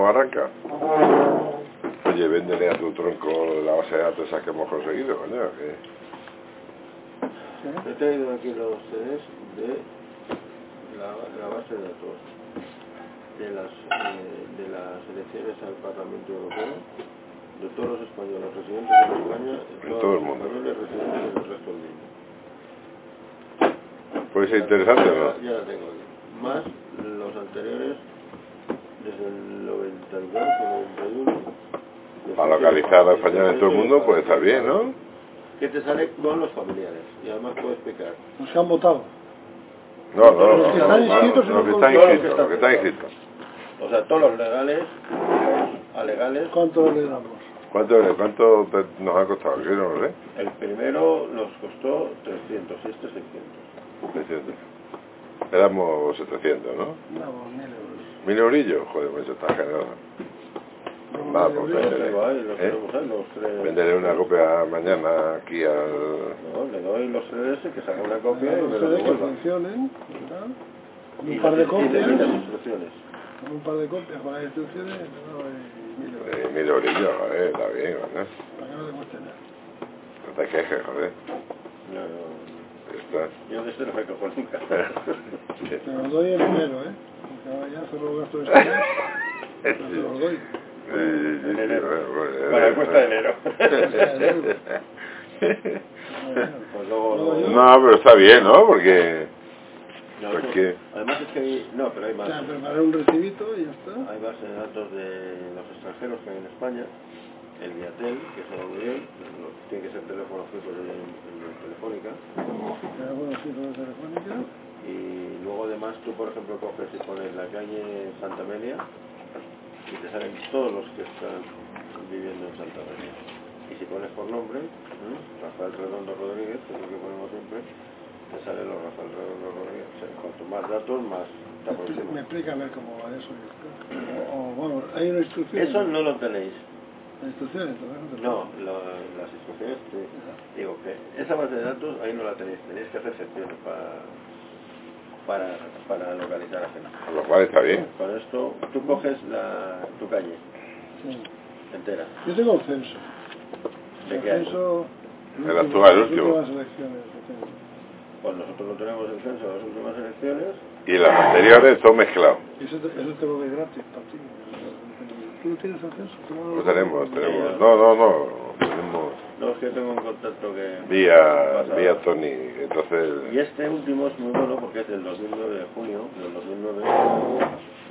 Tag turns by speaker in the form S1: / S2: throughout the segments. S1: barranca. Oye, véndele a tu tronco lo de la base de datos esa que hemos conseguido, coño. que-
S2: He traído aquí los CDs de la, la base de datos de las, eh, de las elecciones al Parlamento Europeo, de todos los españoles residentes en España, de
S1: En
S2: todos
S1: todo el
S2: los
S1: mundo.
S2: españoles residentes en el resto del mundo.
S1: Puede ser interesante, o
S2: Ya,
S1: ¿no?
S2: ya la tengo aquí. Más los anteriores desde el 92 el 91.
S1: Para localizar a españoles de todo el mundo, pues está bien, ¿no?
S2: Que te sale con los familiares y además puedes picar.
S3: Los que han votado.
S1: No, no, no, no,
S3: Los que
S1: no,
S3: están
S1: no,
S3: inscritos en
S1: los
S3: un
S1: que están
S2: control,
S1: inscritos, los que están inscritos.
S2: O sea, todos los legales, los alegales,
S3: ¿Cuánto le damos?
S1: ¿Cuánto, cuánto te- nos ha costado? Yo no lo sé.
S2: el primero nos costó 300 y este 600.
S1: 300. Éramos 700, ¿no?
S3: Damos mil euros.
S1: ¿Mil eurillos? Joder, pues eso está generoso. Va,
S3: Mil
S1: pues
S2: Los
S3: euros.
S1: Véndele.
S2: tengo ahí,
S1: ¿Eh?
S2: los tenemos ahí, los tres.
S1: Venderé una copia mañana aquí al...
S2: No, le doy los CDS, que saca una copia y me
S3: Ustedes
S2: lo
S3: que
S2: devuelva.
S3: funcionen, ¿verdad?
S2: Y
S3: Un par de
S2: le- Y le doy las
S3: copias.
S2: instrucciones.
S3: Un par de copias para que tú quieres, no, eh, mil euros.
S1: Eh, mil eurillos, joder, está bien, ¿no?
S3: Para que no te cueste nada.
S1: No te quejes, joder.
S2: No, no,
S1: Ya Está.
S2: Yo de este no me cojo nunca.
S3: Te los doy el dinero, ¿eh? Porque ahora ya solo los gastos de este mes, pero te los doy.
S2: En enero. Para la cuesta de enero. Pues luego-
S3: Luego yo-
S1: No, pero está bien, ¿no? Porque...
S2: No,
S1: ¿Por
S2: eso-
S1: qué?
S2: Además es que hay... No, pero hay
S3: O
S2: más.
S3: sea, preparar un recibito y ya está.
S2: Hay bases de datos de los extranjeros que hay en España, el Viatel, que está muy bien, no, tiene que ser teléfono fijo de, de telefónica,
S3: Pero bueno, sí, todo es telefónica.
S2: y luego además tú por ejemplo coges y pones la calle Santa Amelia y te salen todos los que están viviendo en Santa Amelia. Y si pones por nombre, ¿eh? Rafael Redondo Rodríguez, que es lo que ponemos siempre, te salen los Rafael Redondo Rodríguez. O sea, cuanto más datos, más te
S3: Me
S2: aproximas.
S3: explica a ver cómo va eso. y ya está. O, o, bueno, hay una instrucción.
S2: Eso no lo tenéis.
S3: Instrucciones, entonces no te
S2: No, la- las instrucciones te- Digo que esa base de datos ahí no la tenéis, tenéis que hacer gestiones para, para, para localizar a gente.
S1: Con lo cual está bien.
S2: Para esto tú coges la, tu calle
S3: Sí.
S2: entera.
S3: Yo tengo el censo.
S2: ¿De
S3: el
S2: qué año?
S3: censo.
S1: El actual, el
S3: las
S1: último.
S3: últimas elecciones que tengo.
S2: Pues nosotros no tenemos el censo de las últimas elecciones.
S1: Y las anteriores todo mezclado.
S3: Eso te, eso te lo doy gratis para ti. ¿Tú no tienes acceso? ¿Tú no
S1: Lo tenemos, tenemos. No, no, no. Tenemos
S2: No es que tengo un contacto que...
S1: vía,
S2: pasa-
S1: vía Tony.
S2: Y
S1: Entonces,
S2: este último es muy bueno porque es del 2009 de junio, del 2009.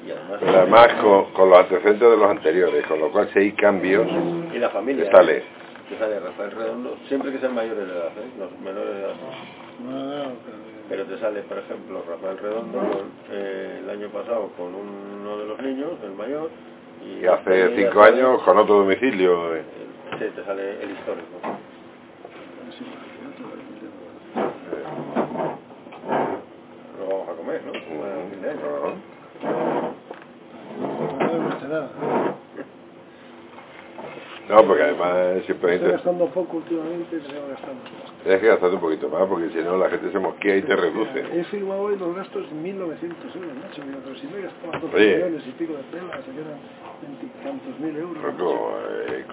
S2: Y además...
S1: pero además con, con los antecedentes de los anteriores, con lo cual si hay cambios,
S2: Y la familia.
S1: te sale.
S2: Que sale Rafael Redondo, siempre que sean mayores de edad, ¿eh? los menores de edad. no.
S3: No, no, no,
S2: Pero
S3: pero-
S2: te sale, por ejemplo, Rafael Redondo con, eh, el año pasado con uno de los niños, el mayor, y,
S1: Y hace
S2: y
S1: cinco
S2: sale-
S1: años con otro domicilio. eh.
S2: el- Sí, te sale el histórico.
S3: sí, no,
S2: Lo vamos a comer, ¿no? Bueno, fin de año.
S1: Ujú.
S3: No me gusta nada.
S1: No, porque además siempre
S3: Estoy
S1: es
S3: gastando poco últimamente, pero tengo gastando.
S1: que gastar un poquito más porque si no la gente se mosquea y te reduce.
S3: He firmado hoy los gastos en 1.900 euros, macho. digo, Pero si me he gastado 12
S1: Oye.
S3: millones y pico de pelas, se quedan 20 y tantos mil euros. macho.
S1: Loco, eh,